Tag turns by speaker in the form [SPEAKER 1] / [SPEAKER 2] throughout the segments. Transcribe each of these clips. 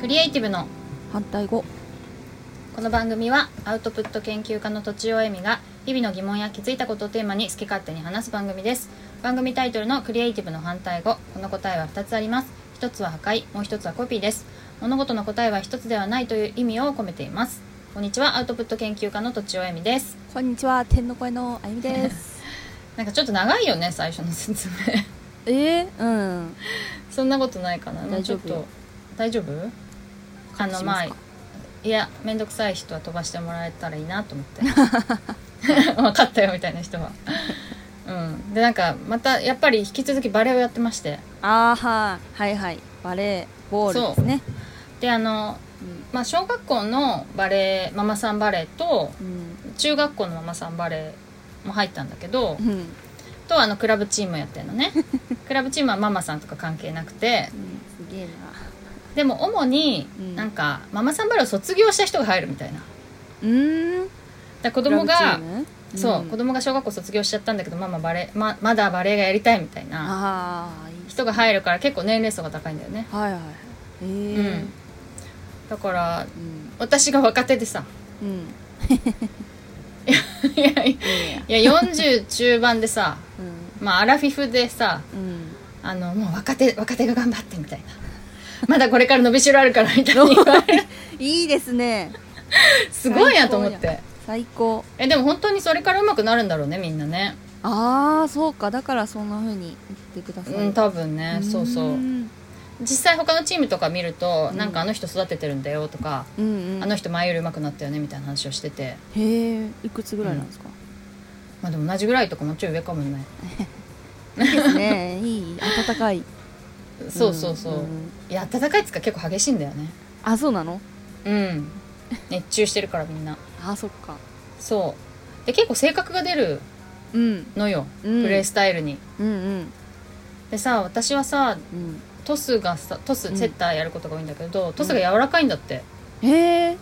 [SPEAKER 1] ティブの
[SPEAKER 2] 反対語
[SPEAKER 1] この番組はアウトプット研究家のとちおえみが日々の疑問や気づいたことをテーマに好き勝手に話す番組です番組タイトルのクリエイティブの反対語この答えは2つあります1つは破壊もう1つはコピーです物事の答えは1つではないという意味を込めていますこんにちはアウトプット研究家のとちおえみです
[SPEAKER 2] こんにちは天の声のあゆみです
[SPEAKER 1] なんかちょっと長いよね最初の説明
[SPEAKER 2] えー、うん
[SPEAKER 1] そんなことないかな
[SPEAKER 2] 大丈夫
[SPEAKER 1] ちょっと大丈夫あの
[SPEAKER 2] し
[SPEAKER 1] ま
[SPEAKER 2] ま
[SPEAKER 1] あ
[SPEAKER 2] すか
[SPEAKER 1] いや面倒くさい人は飛ばしてもらえたらいいなと思 って 分かったよみたいな人はうんでなんかまたやっぱり引き続きバレエをやってまして
[SPEAKER 2] あーはーはいはいバレーボールですね
[SPEAKER 1] であの、まあ、小学校のバレエママさんバレエと
[SPEAKER 2] うん
[SPEAKER 1] 中学校のママさんバレエも入ったんだけど
[SPEAKER 2] うんうん
[SPEAKER 1] とあのクラブチームやってるの ねクラブチームはママさんとか関係なくて
[SPEAKER 2] すげえな
[SPEAKER 1] でも主に
[SPEAKER 2] うん
[SPEAKER 1] なんかママさんバレーを卒業した人が入るみたいな
[SPEAKER 2] うーん
[SPEAKER 1] だから子供が
[SPEAKER 2] クラブチーム
[SPEAKER 1] そう、
[SPEAKER 2] ん
[SPEAKER 1] 子供が小学校卒業しちゃったんだけどママバレままだバレエがやりたいみたいな
[SPEAKER 2] ああいい
[SPEAKER 1] 人が入るから結構年齢層が高いんだよね
[SPEAKER 2] はいはいえー
[SPEAKER 1] だから
[SPEAKER 2] うん
[SPEAKER 1] 私が若手でさ
[SPEAKER 2] うん
[SPEAKER 1] いやい
[SPEAKER 2] いいね
[SPEAKER 1] やいや40中盤でさ
[SPEAKER 2] う
[SPEAKER 1] まあアラフィフでさ
[SPEAKER 2] んうん
[SPEAKER 1] あのもう若手若手が頑張ってみたいなまだこれから伸びしろあるからみ たいに言われる
[SPEAKER 2] いいですね
[SPEAKER 1] すごいなと思って
[SPEAKER 2] 最高
[SPEAKER 1] えでも本当にそれからうまくなるんだろうねみんなね
[SPEAKER 2] ああそうかだからそんな風に言ってください、
[SPEAKER 1] うん多分ねそうそう
[SPEAKER 2] うん
[SPEAKER 1] 実際他のチームとか見ると、
[SPEAKER 2] うん
[SPEAKER 1] なんかあの人育ててるんだよとか
[SPEAKER 2] うんうん
[SPEAKER 1] あの人前より上手くなったよねみたいな話をしてて、
[SPEAKER 2] へえいくつぐらいなんですか、
[SPEAKER 1] まあでも同じぐらいとかもちょい上かもね
[SPEAKER 2] いいですねいい暖かい
[SPEAKER 1] そうそうそう、
[SPEAKER 2] ん
[SPEAKER 1] いや暖かいっつうか結構激しいんだよね
[SPEAKER 2] あそうなの
[SPEAKER 1] うん熱中してるからみんな
[SPEAKER 2] あそっか
[SPEAKER 1] そうで結構性格が出る
[SPEAKER 2] うん
[SPEAKER 1] のよ、
[SPEAKER 2] うん
[SPEAKER 1] プレースタイルに
[SPEAKER 2] うんうん
[SPEAKER 1] でさ私はさ
[SPEAKER 2] うん
[SPEAKER 1] トスがさトス
[SPEAKER 2] うん
[SPEAKER 1] セッターやることが多いんだけど、トスが柔らかいんだって
[SPEAKER 2] へえ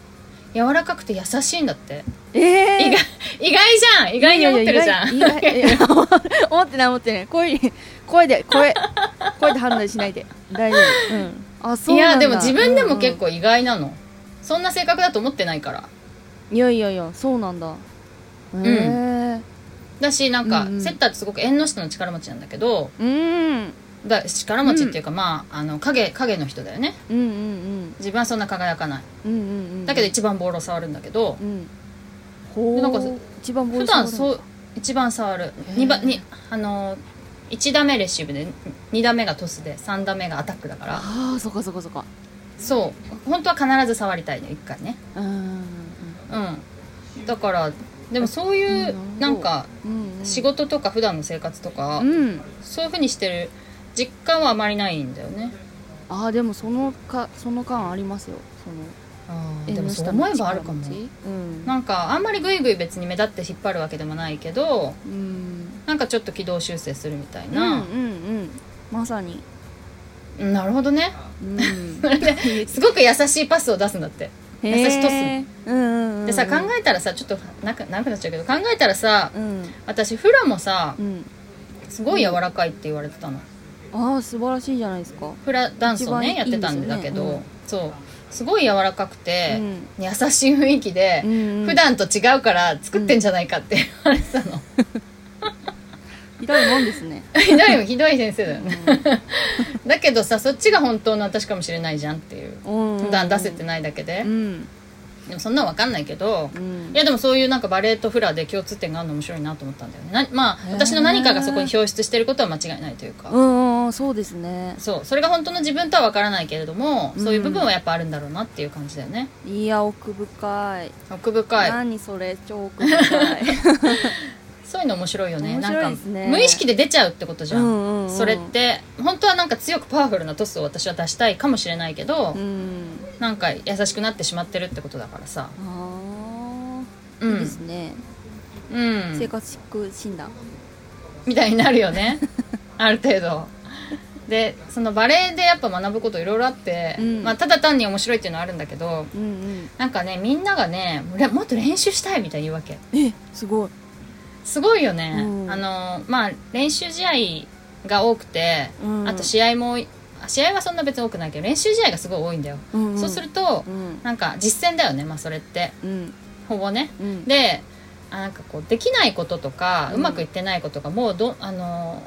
[SPEAKER 1] 柔らかくて優しいんだって
[SPEAKER 2] ええ
[SPEAKER 1] 意外意外じゃん意外に思ってるじゃん
[SPEAKER 2] いやいや意外意 外思ってない思ってない声に声で声声で判断しないで大丈夫うんあそう
[SPEAKER 1] い
[SPEAKER 2] な
[SPEAKER 1] や
[SPEAKER 2] んだ
[SPEAKER 1] でも自分でも結
[SPEAKER 2] うん
[SPEAKER 1] 構意外なの、そんな性格だと思ってないから
[SPEAKER 2] うんいやいやいやそうなんだへえ
[SPEAKER 1] だしなんか、
[SPEAKER 2] うんうん
[SPEAKER 1] セッターってすごく縁の下の力持ちなんだけど
[SPEAKER 2] うん
[SPEAKER 1] だ力持ちっていうか、まああの影影の人だよね
[SPEAKER 2] うんうん
[SPEAKER 1] 自分はそんな輝かない
[SPEAKER 2] うんうんうんうん
[SPEAKER 1] だけど一番ボールを触るんだけど
[SPEAKER 2] う、んほ
[SPEAKER 1] で
[SPEAKER 2] う
[SPEAKER 1] なんか
[SPEAKER 2] 一番ボー
[SPEAKER 1] 普
[SPEAKER 2] ル触
[SPEAKER 1] 段
[SPEAKER 2] る
[SPEAKER 1] そう一番触る
[SPEAKER 2] へー
[SPEAKER 1] 二番にあの1打目レシーブで2打目がトスで3打目がアタックだから
[SPEAKER 2] ああそっかそっかそっか
[SPEAKER 1] そう本当は必ず触りたいの1回ね
[SPEAKER 2] うん
[SPEAKER 1] うんだからでもそういううんなんか
[SPEAKER 2] うんうん
[SPEAKER 1] 仕事とか普段の生活とか
[SPEAKER 2] うん
[SPEAKER 1] そういう風にしてる実感はあまりないんだよね
[SPEAKER 2] ああでもそのかその間ありますよその
[SPEAKER 1] でもそう
[SPEAKER 2] 下
[SPEAKER 1] 思え
[SPEAKER 2] の
[SPEAKER 1] ばあ
[SPEAKER 2] 力
[SPEAKER 1] るかも
[SPEAKER 2] 持ちうん
[SPEAKER 1] なんかあんまりグイグイ別に目立って引っ張るわけでもないけど
[SPEAKER 2] うん
[SPEAKER 1] なんかちょっと軌道修正するみたい
[SPEAKER 2] うんうん
[SPEAKER 1] な、
[SPEAKER 2] うんまさに
[SPEAKER 1] うんなるほどね
[SPEAKER 2] うん
[SPEAKER 1] それですごく優しいパスを出すんだって優しいトス
[SPEAKER 2] へーうんうんうん
[SPEAKER 1] でさ考えたらさちょっとなく長くなっちゃうけど考えたらさ
[SPEAKER 2] うん
[SPEAKER 1] 私フラもさ
[SPEAKER 2] うん
[SPEAKER 1] すごい柔らかいって言われてたの
[SPEAKER 2] ああ素晴らしいじゃないですか
[SPEAKER 1] フラダンスをね
[SPEAKER 2] 一
[SPEAKER 1] やっ
[SPEAKER 2] 番いい
[SPEAKER 1] てたんで
[SPEAKER 2] で
[SPEAKER 1] だ
[SPEAKER 2] すよね
[SPEAKER 1] けど、
[SPEAKER 2] うん
[SPEAKER 1] そうすごい柔らかくて、
[SPEAKER 2] うん
[SPEAKER 1] 優しい雰囲気で、
[SPEAKER 2] うん
[SPEAKER 1] 普段と違うから作ってんじゃないかって言われてた の、
[SPEAKER 2] ひどいもんです ね
[SPEAKER 1] ひどいひどい先生だよね
[SPEAKER 2] う
[SPEAKER 1] だけどさそっちが本当の私かもしれないじゃんっていうん普段出せてないだけで、
[SPEAKER 2] うん
[SPEAKER 1] でもそんなの分かんないけど、
[SPEAKER 2] うん
[SPEAKER 1] いやでもそういうなんかバレエとフラで共通点があるの面白いなと思ったんだよねなまあ
[SPEAKER 2] へー
[SPEAKER 1] 私の何かがそこに表出してることは間違いないというか、
[SPEAKER 2] うんうんそうですね
[SPEAKER 1] そうそれが本当の自分とは分からないけれども、
[SPEAKER 2] うん
[SPEAKER 1] そういう部分はやっぱあるんだろうなっていう感じだよね
[SPEAKER 2] いや奥深い
[SPEAKER 1] 奥深い
[SPEAKER 2] 何それ超奥深い
[SPEAKER 1] そういうの面白いよね
[SPEAKER 2] 面白いですね
[SPEAKER 1] なんか無意識で出ちゃうってことじゃん,、
[SPEAKER 2] うんうんうん
[SPEAKER 1] それって本当はなんか強くパワフルなトスを私は出したいかもしれないけど、
[SPEAKER 2] うん
[SPEAKER 1] なんか優しくなってしまってるってことだからさ
[SPEAKER 2] あ
[SPEAKER 1] う
[SPEAKER 2] あ
[SPEAKER 1] ん
[SPEAKER 2] いいですね
[SPEAKER 1] うん
[SPEAKER 2] 生活診断
[SPEAKER 1] みたいになるよ ねある程度でそのバレエでやっぱ学ぶこといろいろあって、
[SPEAKER 2] うん
[SPEAKER 1] まあ、ただ単に面白いっていうのはあるんだけど
[SPEAKER 2] うんうん
[SPEAKER 1] なんかねみんながねれもっと練習したいみたいに言うわけ
[SPEAKER 2] えすごい
[SPEAKER 1] すごいよね、
[SPEAKER 2] うん
[SPEAKER 1] あのまあ練習試合が多くて、
[SPEAKER 2] うん
[SPEAKER 1] あと試合も試合はそんな別に多くないけど練習試合がすごい多いんだよ、
[SPEAKER 2] うんうん
[SPEAKER 1] そうすると、
[SPEAKER 2] うん
[SPEAKER 1] なんか実践だよねまあそれって
[SPEAKER 2] うん
[SPEAKER 1] ほぼね
[SPEAKER 2] うん
[SPEAKER 1] であなんかこうできないこととか、
[SPEAKER 2] う
[SPEAKER 1] うんまくいってないことがもうどあの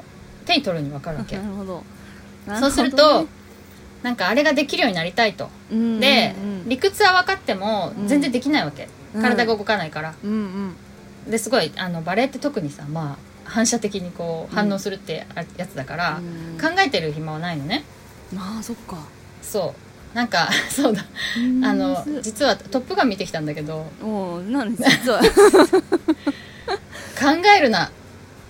[SPEAKER 1] 手に取るに分かるわけ、
[SPEAKER 2] なるほど
[SPEAKER 1] そうする
[SPEAKER 2] な
[SPEAKER 1] と、
[SPEAKER 2] ほどね
[SPEAKER 1] なんかあれができるようになりたいと、
[SPEAKER 2] うんうんうん
[SPEAKER 1] で理屈は分かっても
[SPEAKER 2] うん
[SPEAKER 1] 全然できないわけ、
[SPEAKER 2] うん
[SPEAKER 1] 体が動かないから
[SPEAKER 2] うんうん
[SPEAKER 1] ですごいあのバレエって特にさ、まあ、反射的にこう反応するってあやつだから、
[SPEAKER 2] うん
[SPEAKER 1] 考えてる暇はないのね
[SPEAKER 2] まあそっか
[SPEAKER 1] そうなんか そうだあの実は「トップガン」見てきたんだけど
[SPEAKER 2] おおなんで実は
[SPEAKER 1] 考えるな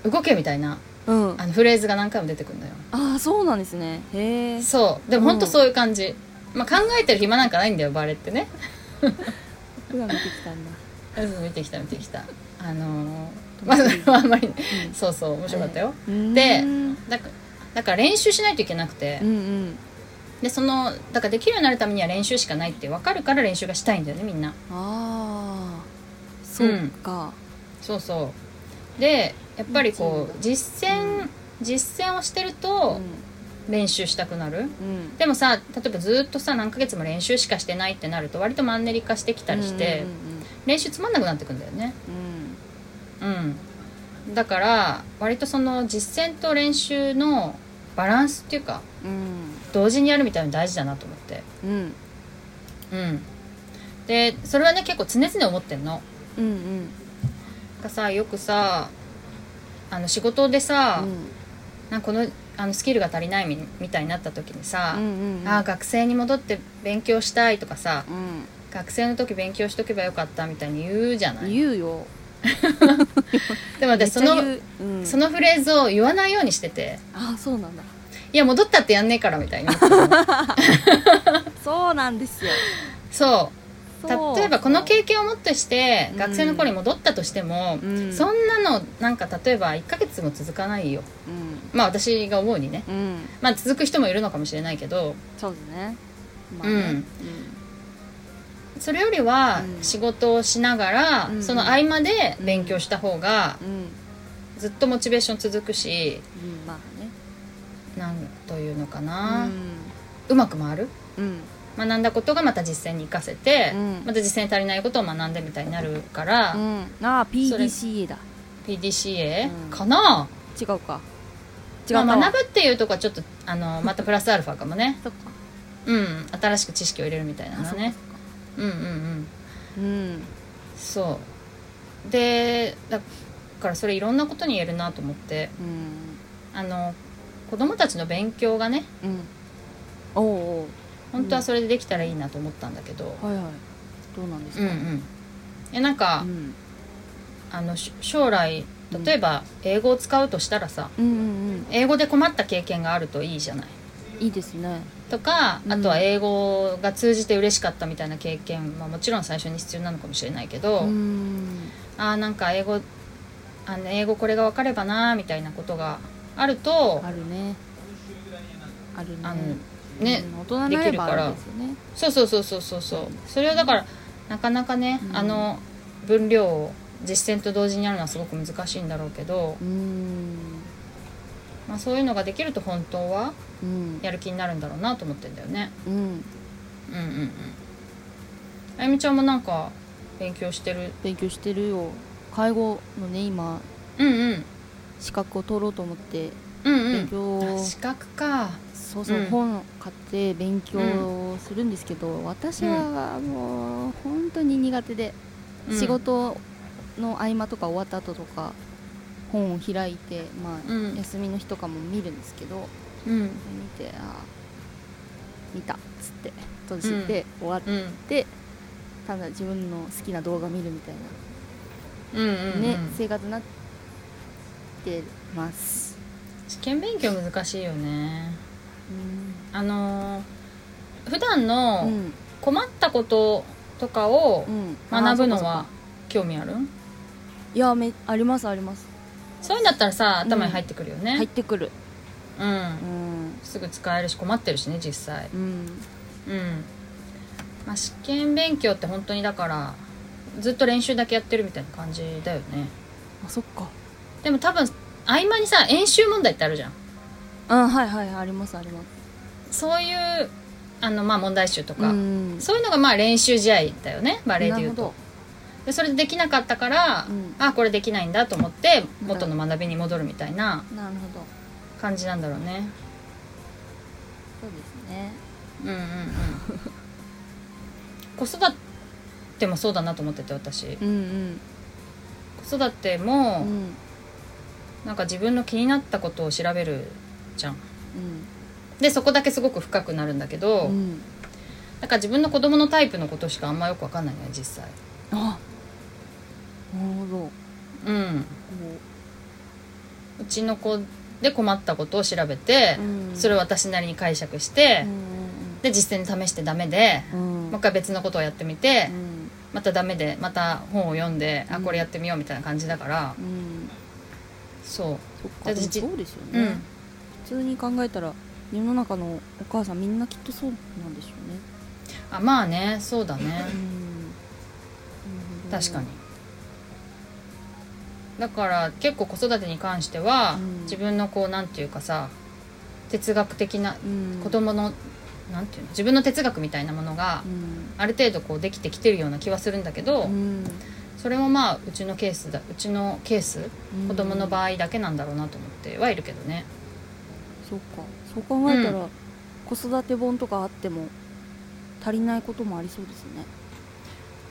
[SPEAKER 1] 動けみたいな
[SPEAKER 2] うん
[SPEAKER 1] あのフレーズが何回も出てくるんだよ
[SPEAKER 2] ああそうなんですねへえ
[SPEAKER 1] そうでも本当そういう感じ、まあ、考えてる暇なんかないんだよバレエってね
[SPEAKER 2] 僕が見てきたんだ
[SPEAKER 1] うん見てきた見てきたあのー、まあそれはあんまり、
[SPEAKER 2] うん
[SPEAKER 1] そうそう面白かったよ、
[SPEAKER 2] で
[SPEAKER 1] で
[SPEAKER 2] うん
[SPEAKER 1] だかだから練習しないといけなくて、
[SPEAKER 2] うん
[SPEAKER 1] でそのだからできるようになるためには練習しかないって分かるから練習がしたいんだよねみんな
[SPEAKER 2] ああそうか
[SPEAKER 1] そうそうでやっぱりこう実践、
[SPEAKER 2] うん
[SPEAKER 1] 実践をしてる
[SPEAKER 2] う
[SPEAKER 1] と
[SPEAKER 2] ん
[SPEAKER 1] 練習したくなる
[SPEAKER 2] うん
[SPEAKER 1] でもさ例えばずっとさ何ヶ月も練習しかしてないってなると割とマンネリ化してきたりして、練習つまんなくなってくんだよね
[SPEAKER 2] うんうん
[SPEAKER 1] うん、だから割とその実践と練習のバランスっていうか
[SPEAKER 2] うん
[SPEAKER 1] 同時にやるみたいなの大事だなと思って
[SPEAKER 2] うんうん
[SPEAKER 1] うんでそれはね結構常々思ってんの
[SPEAKER 2] うんうん
[SPEAKER 1] がさよくさあの仕事でさ、なんかこのあのスキルが足りないみみたいになった時にさ、
[SPEAKER 2] うんうん
[SPEAKER 1] あー学生に戻って勉強したいとかさ
[SPEAKER 2] うん
[SPEAKER 1] 学生の時勉強しとけばよかったみたいに言うじゃない
[SPEAKER 2] 言うよ
[SPEAKER 1] でも私その
[SPEAKER 2] めっちゃ言ううん
[SPEAKER 1] そのフレーズを言わないようにしてて
[SPEAKER 2] ああそうなんだ
[SPEAKER 1] いや戻ったってやんねえからみたいになってたの
[SPEAKER 2] そうなんですよ
[SPEAKER 1] そ
[SPEAKER 2] そう
[SPEAKER 1] う例えばこの経験をもってして
[SPEAKER 2] うん
[SPEAKER 1] 学生の頃に戻ったとしても、
[SPEAKER 2] うん
[SPEAKER 1] そんなのなんか例えば1ヶ月も続かないよ
[SPEAKER 2] うん
[SPEAKER 1] まあ私が思うにね
[SPEAKER 2] うん
[SPEAKER 1] まあ続く人もいるのかもしれないけど
[SPEAKER 2] そうですねまあね
[SPEAKER 1] うんそれよりは
[SPEAKER 2] うん
[SPEAKER 1] 仕事をしながら、
[SPEAKER 2] うん
[SPEAKER 1] その合間で勉強した方が
[SPEAKER 2] うんうん
[SPEAKER 1] ずっとモチベーション続くし
[SPEAKER 2] うんまあね
[SPEAKER 1] なんというのかな、う
[SPEAKER 2] う
[SPEAKER 1] まく回る
[SPEAKER 2] んうん
[SPEAKER 1] 学んだことがまた実践に生かせて、
[SPEAKER 2] うん
[SPEAKER 1] また実践に足りないことを学んでみたいになるから、
[SPEAKER 2] うんああ PDCA だ
[SPEAKER 1] PDCA
[SPEAKER 2] うん
[SPEAKER 1] かな、
[SPEAKER 2] 違うか違う
[SPEAKER 1] ま
[SPEAKER 2] か
[SPEAKER 1] あ、学ぶっていうとこはちょっとあのまたプラスアルファかもね
[SPEAKER 2] そっか
[SPEAKER 1] うん新しく知識を入れるみたいなのね
[SPEAKER 2] そっか
[SPEAKER 1] うんうんうん
[SPEAKER 2] うん
[SPEAKER 1] そうでだからそれいろんなことに言えるなと思って
[SPEAKER 2] うん
[SPEAKER 1] あの子供たちの勉強がね
[SPEAKER 2] うんおう
[SPEAKER 1] 本当はそれでできたらいいなと思ったんだけど
[SPEAKER 2] おうはいはいどうなんです
[SPEAKER 1] うん
[SPEAKER 2] か
[SPEAKER 1] うんえなんか、
[SPEAKER 2] うん
[SPEAKER 1] あのし将来例えば英語を使うとしたらさ
[SPEAKER 2] うんうん
[SPEAKER 1] 英語で困った経験があるといいじゃない
[SPEAKER 2] うんいいですね
[SPEAKER 1] とか
[SPEAKER 2] うん
[SPEAKER 1] あとは英語が通じて嬉しかったみたいな経験、まあ、もちろん最初に必要なのかもしれないけど、
[SPEAKER 2] うん
[SPEAKER 1] あーなんか英語あの英語これが分かればなーみたいなことがあると
[SPEAKER 2] あるねあるね
[SPEAKER 1] あのね
[SPEAKER 2] うん大人になればあるんですよね
[SPEAKER 1] そうそうそうそうそうそうそれをだからなかなかね、
[SPEAKER 2] うん
[SPEAKER 1] あの分量を実践と同時にやるのはすごく難しいんだろうけど、
[SPEAKER 2] うん
[SPEAKER 1] まあ、そういうのができると本当は
[SPEAKER 2] うん
[SPEAKER 1] やる気になるんだろうなと思ってんだよね
[SPEAKER 2] うん
[SPEAKER 1] うんうんうんあゆみちゃんもなんか勉強してる
[SPEAKER 2] 勉強してるよ介護のね今
[SPEAKER 1] うんうん
[SPEAKER 2] 資格を取ろうと思って
[SPEAKER 1] うんう
[SPEAKER 2] 勉
[SPEAKER 1] ん
[SPEAKER 2] 強
[SPEAKER 1] あ資格か
[SPEAKER 2] そうそう、
[SPEAKER 1] うん
[SPEAKER 2] 本を買って勉強するんですけど、私はもう本当に苦手で、
[SPEAKER 1] うん
[SPEAKER 2] 仕事の合間とか終わった後とか本を開いて、まあ
[SPEAKER 1] うん
[SPEAKER 2] 休みの日とかも見るんですけど
[SPEAKER 1] うん
[SPEAKER 2] 見てあー見たっつって閉じて、終わっ
[SPEAKER 1] うん
[SPEAKER 2] てただ自分の好きな動画見るみたい
[SPEAKER 1] うんうん
[SPEAKER 2] な、
[SPEAKER 1] うん、
[SPEAKER 2] ね生活になってます。
[SPEAKER 1] 試験勉強難しいよね
[SPEAKER 2] うん
[SPEAKER 1] あのー普段
[SPEAKER 2] う
[SPEAKER 1] の
[SPEAKER 2] ん
[SPEAKER 1] 困ったこととかを
[SPEAKER 2] うん
[SPEAKER 1] 学ぶの
[SPEAKER 2] あーそうかそう
[SPEAKER 1] は
[SPEAKER 2] か
[SPEAKER 1] 興味ある
[SPEAKER 2] いやめありますあります
[SPEAKER 1] そういうんだったらさ頭に入ってくるよ
[SPEAKER 2] 入っ
[SPEAKER 1] ね
[SPEAKER 2] てくる
[SPEAKER 1] うん、
[SPEAKER 2] うん
[SPEAKER 1] すぐ使えるし困ってるしね実際
[SPEAKER 2] うん
[SPEAKER 1] うん、まあ、試験勉強って本当にだからずっと練習だけやってるみたいな感じだよね
[SPEAKER 2] あそっか
[SPEAKER 1] でも多分合間にさ演習問題ってあるじゃん
[SPEAKER 2] うんはいはいありますあります
[SPEAKER 1] そういうあの、まあ、問題集とか、
[SPEAKER 2] ん
[SPEAKER 1] そういうのがまあ練習試合だよねバレエでいう
[SPEAKER 2] なる
[SPEAKER 1] と
[SPEAKER 2] ほ
[SPEAKER 1] でそれでできなかったから、
[SPEAKER 2] うん
[SPEAKER 1] あこれできないんだと思って元の学びに戻るみたいな
[SPEAKER 2] どなるほど
[SPEAKER 1] 感じなんだろうね
[SPEAKER 2] そうですね
[SPEAKER 1] うんうんうん子育てもそうだなと思ってて私
[SPEAKER 2] うん
[SPEAKER 1] 子育て
[SPEAKER 2] うんう
[SPEAKER 1] も、
[SPEAKER 2] ん
[SPEAKER 1] なんか自分の気になったことを調べるじゃん
[SPEAKER 2] うん
[SPEAKER 1] でそこだけすごく深くなるんだけど、
[SPEAKER 2] うん
[SPEAKER 1] なんか自分の子供のタイプのことしかあんまよくわかんないね実際
[SPEAKER 2] あなるほどこ
[SPEAKER 1] うんうちの子で困ったことを調べて
[SPEAKER 2] う、うん
[SPEAKER 1] それを私なりに解釈して、
[SPEAKER 2] うん
[SPEAKER 1] で実践に試してダメで、
[SPEAKER 2] うんうん
[SPEAKER 1] もう一回別のことをやってみて
[SPEAKER 2] う、ん
[SPEAKER 1] またダメでまた本を読んで、
[SPEAKER 2] う
[SPEAKER 1] あ
[SPEAKER 2] ん
[SPEAKER 1] これやってみようみたいな感じだから
[SPEAKER 2] うん
[SPEAKER 1] そ
[SPEAKER 2] そっか
[SPEAKER 1] だっ
[SPEAKER 2] で
[SPEAKER 1] て
[SPEAKER 2] も
[SPEAKER 1] じ
[SPEAKER 2] そうですよ
[SPEAKER 1] う、
[SPEAKER 2] ね、
[SPEAKER 1] うん
[SPEAKER 2] 普通に考えたら世の中のお母さんみんなきっとそうなんでしょうね
[SPEAKER 1] あまあねそうだね
[SPEAKER 2] うんなるほど
[SPEAKER 1] 確かにだから結構子育てに関しては、
[SPEAKER 2] うん
[SPEAKER 1] 自分のこうなんていうかさ哲学的な
[SPEAKER 2] うん
[SPEAKER 1] 子供の、なんていうの自分の哲学みたいなものが
[SPEAKER 2] うん
[SPEAKER 1] ある程度こうできてきてるような気はするんだけど、
[SPEAKER 2] うん
[SPEAKER 1] それもまあうちのケースだうちのケース子供の
[SPEAKER 2] 合
[SPEAKER 1] 場合だけなんだろうなと思ってはいるけどね
[SPEAKER 2] そうかそう考えたら、子育て本とかあっても足りないこともありそうですね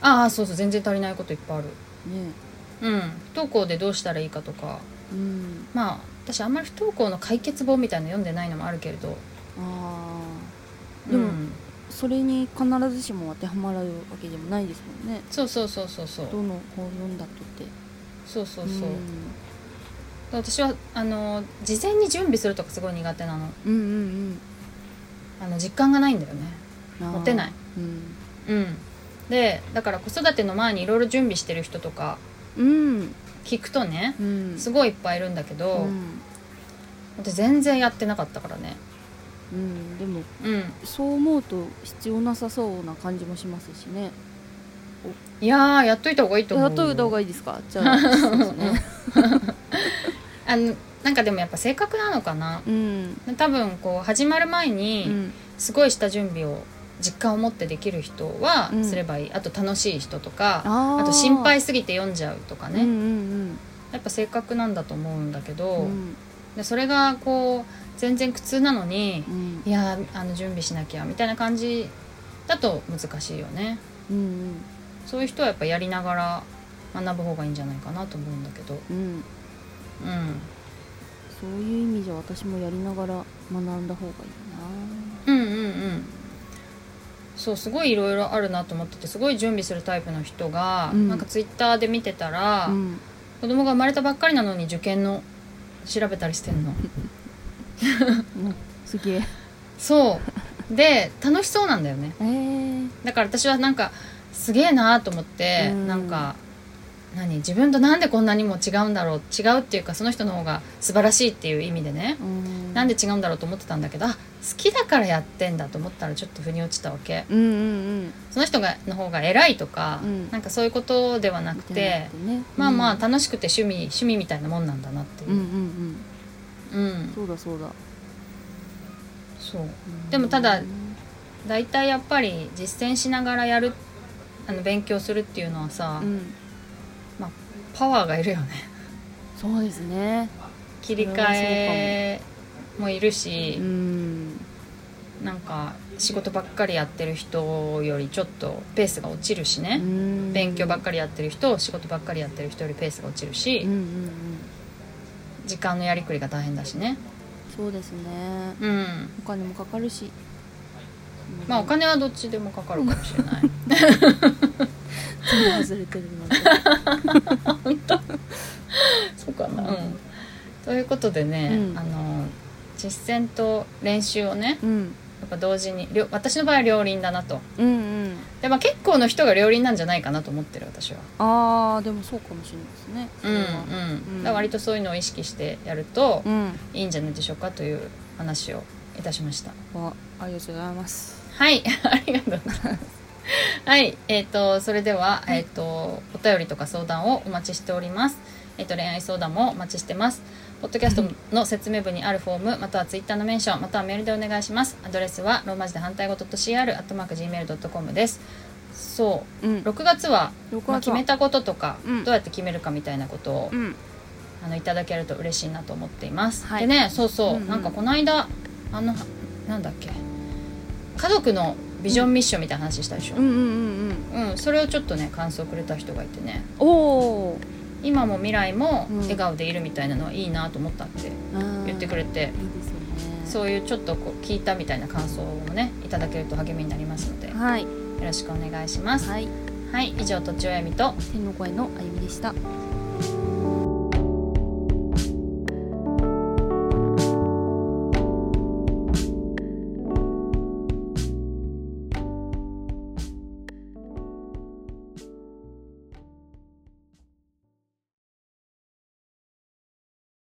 [SPEAKER 1] ああそうそう全然足りないこといっぱいある
[SPEAKER 2] ね
[SPEAKER 1] うん不登校でどうしたらいいかとか
[SPEAKER 2] うん
[SPEAKER 1] まあ私あんまり不登校の解決本みたいなの読んでないのもあるけれど
[SPEAKER 2] あでも
[SPEAKER 1] うん
[SPEAKER 2] それに必ずしも当てはまらるわけでもないですもんね
[SPEAKER 1] そうそうそうそうそう
[SPEAKER 2] どの本を読んだとって
[SPEAKER 1] そうそうそう、
[SPEAKER 2] ん
[SPEAKER 1] 私はあの事前に準備するとかすごい苦手なの
[SPEAKER 2] うんうん
[SPEAKER 1] あの実感がないんだよね
[SPEAKER 2] うん
[SPEAKER 1] 持てない
[SPEAKER 2] うん
[SPEAKER 1] うんでだから子育ての前にいろいろ準備してる人とか
[SPEAKER 2] うん
[SPEAKER 1] 聞くとね
[SPEAKER 2] うん
[SPEAKER 1] すごいいっぱいいるんだけど、
[SPEAKER 2] うん
[SPEAKER 1] 私全然やってなかったからね
[SPEAKER 2] うんでも
[SPEAKER 1] うん
[SPEAKER 2] そう思うと必要なさそうな感じもしますしね
[SPEAKER 1] いやーやっといた方がいいと思う
[SPEAKER 2] やっといた方がいいですか じゃあそうですね
[SPEAKER 1] あのなんかでもやっぱ性格なのかな
[SPEAKER 2] うん
[SPEAKER 1] 多分こう始まる前
[SPEAKER 2] う
[SPEAKER 1] に
[SPEAKER 2] ん
[SPEAKER 1] すごいした準備を実感を持ってできる人は
[SPEAKER 2] うん
[SPEAKER 1] すればいい、あと楽しい人とか
[SPEAKER 2] あー
[SPEAKER 1] あと心配すぎて読んじゃうとかね、
[SPEAKER 2] うんうん
[SPEAKER 1] やっぱ性格なんだと思うんだけど、
[SPEAKER 2] うんうん
[SPEAKER 1] でそれがこう全然苦痛なのに
[SPEAKER 2] う、ん
[SPEAKER 1] いやーあの準備しなきゃみたいな感じだと難しいよね
[SPEAKER 2] うん
[SPEAKER 1] そういう人はやっぱやりながら学ぶ方がいいんじゃないかなと思うんだけど
[SPEAKER 2] うん
[SPEAKER 1] う
[SPEAKER 2] そういう意味じゃ私もやりながら学んだ方がいい
[SPEAKER 1] ん、うんうんうんそうすごいいろいろあるなと思っててすごい準備するタイプの人が、
[SPEAKER 2] うん
[SPEAKER 1] なんかツイッターで見てたら、
[SPEAKER 2] なうん
[SPEAKER 1] 子供が生まれたばっかりなのに受験の調べたりしてんの
[SPEAKER 2] うんすげえ
[SPEAKER 1] そうで楽しそうなんだよね
[SPEAKER 2] えー
[SPEAKER 1] だから私はなんかすげえなと思って、
[SPEAKER 2] うん
[SPEAKER 1] なんか何自分となんでこんなにも違うんだろう違うっていうかその人の方が素晴らしいっていう意味でね、
[SPEAKER 2] うん
[SPEAKER 1] なんで違うんだろうと思ってたんだけどあ好きだからやってんだと思ったらちょっと腑に落ちたわけ
[SPEAKER 2] うんうん
[SPEAKER 1] その人がの方が偉いとか、
[SPEAKER 2] うん
[SPEAKER 1] なんかそういうことではな
[SPEAKER 2] うん
[SPEAKER 1] くて
[SPEAKER 2] ね
[SPEAKER 1] まあまあ
[SPEAKER 2] うん
[SPEAKER 1] 楽しくて趣味趣味みたいなもんなんだなっていう、
[SPEAKER 2] うんうんうん
[SPEAKER 1] うん
[SPEAKER 2] そうだそうだ
[SPEAKER 1] そうでもただ大体やっぱり実践しながらやるあの勉強するっていうのはさ、
[SPEAKER 2] うん
[SPEAKER 1] パワーがいるよね
[SPEAKER 2] そうですね
[SPEAKER 1] 切り替えもいるし
[SPEAKER 2] う、ん
[SPEAKER 1] なんか仕事ばっかりやってる人よりちょっとペースが落ちるしね、
[SPEAKER 2] うん
[SPEAKER 1] 勉強ばっ
[SPEAKER 2] か
[SPEAKER 1] かりやってる人仕事ばっかりやってる人よりペースが落ちるし、
[SPEAKER 2] うんうんうん
[SPEAKER 1] 時間のやりくりが大変だしね
[SPEAKER 2] そうですね
[SPEAKER 1] うん
[SPEAKER 2] お金もかかるし
[SPEAKER 1] まあお金はどっちでもかかるかもしれ ない
[SPEAKER 2] 全部外れてるので
[SPEAKER 1] そうかな、うん、ということでね、
[SPEAKER 2] うん
[SPEAKER 1] あの実践と練習をね
[SPEAKER 2] うん
[SPEAKER 1] やっぱ同時に両私の場合は両輪だなと
[SPEAKER 2] うんうん
[SPEAKER 1] で、まあ、結構の人が両輪なんじゃないかなと思ってる私は
[SPEAKER 2] ああでもそうかもしれないですねそ
[SPEAKER 1] うん
[SPEAKER 2] れ
[SPEAKER 1] うん
[SPEAKER 2] は、うん
[SPEAKER 1] だから割とそういうのを意識してやると
[SPEAKER 2] うん
[SPEAKER 1] いいんじゃないでしょうかという話をいたしました
[SPEAKER 2] あありがとうございます
[SPEAKER 1] はいありがとうございますはい、えっ、とそれでは、えっ、とお便りとか相談をお待ちしております。えっ、と恋愛相談もお待ちしてます。ポッドキャストの説明文にあるフォーム、またはツイッターのメンション、またはメールでお願いします。アドレスはローマ字で反対語 .cr アットマーク gmail ドットコムです。そうう、
[SPEAKER 2] ん
[SPEAKER 1] 6月は
[SPEAKER 2] 6月
[SPEAKER 1] まあ、決めたこととか、
[SPEAKER 2] うん
[SPEAKER 1] どうやって決めるかみたいなことを、
[SPEAKER 2] うん
[SPEAKER 1] あのいただけると嬉しいなと思っています。
[SPEAKER 2] は
[SPEAKER 1] で
[SPEAKER 2] い
[SPEAKER 1] ね、そうそう、
[SPEAKER 2] うんうん
[SPEAKER 1] なんかこの間あのなんだっけ、家族のビジョンミッションみたいな話したでしょ。
[SPEAKER 2] うんうんうんうん
[SPEAKER 1] うん、それをちょっとね感想をくれた人がいてね
[SPEAKER 2] おお
[SPEAKER 1] 今も未来も
[SPEAKER 2] うん
[SPEAKER 1] 笑顔でいるみたいなのはいいなと思ったって言ってくれて、
[SPEAKER 2] いいですよね
[SPEAKER 1] そういうちょっとこう聞いたみたいな感想をねいただけると励みになりますのでよ
[SPEAKER 2] はい
[SPEAKER 1] ろしくお願いします。はい、
[SPEAKER 2] はい
[SPEAKER 1] 以上とちおやみと
[SPEAKER 2] 天の声のあゆみでした
[SPEAKER 1] バイバイ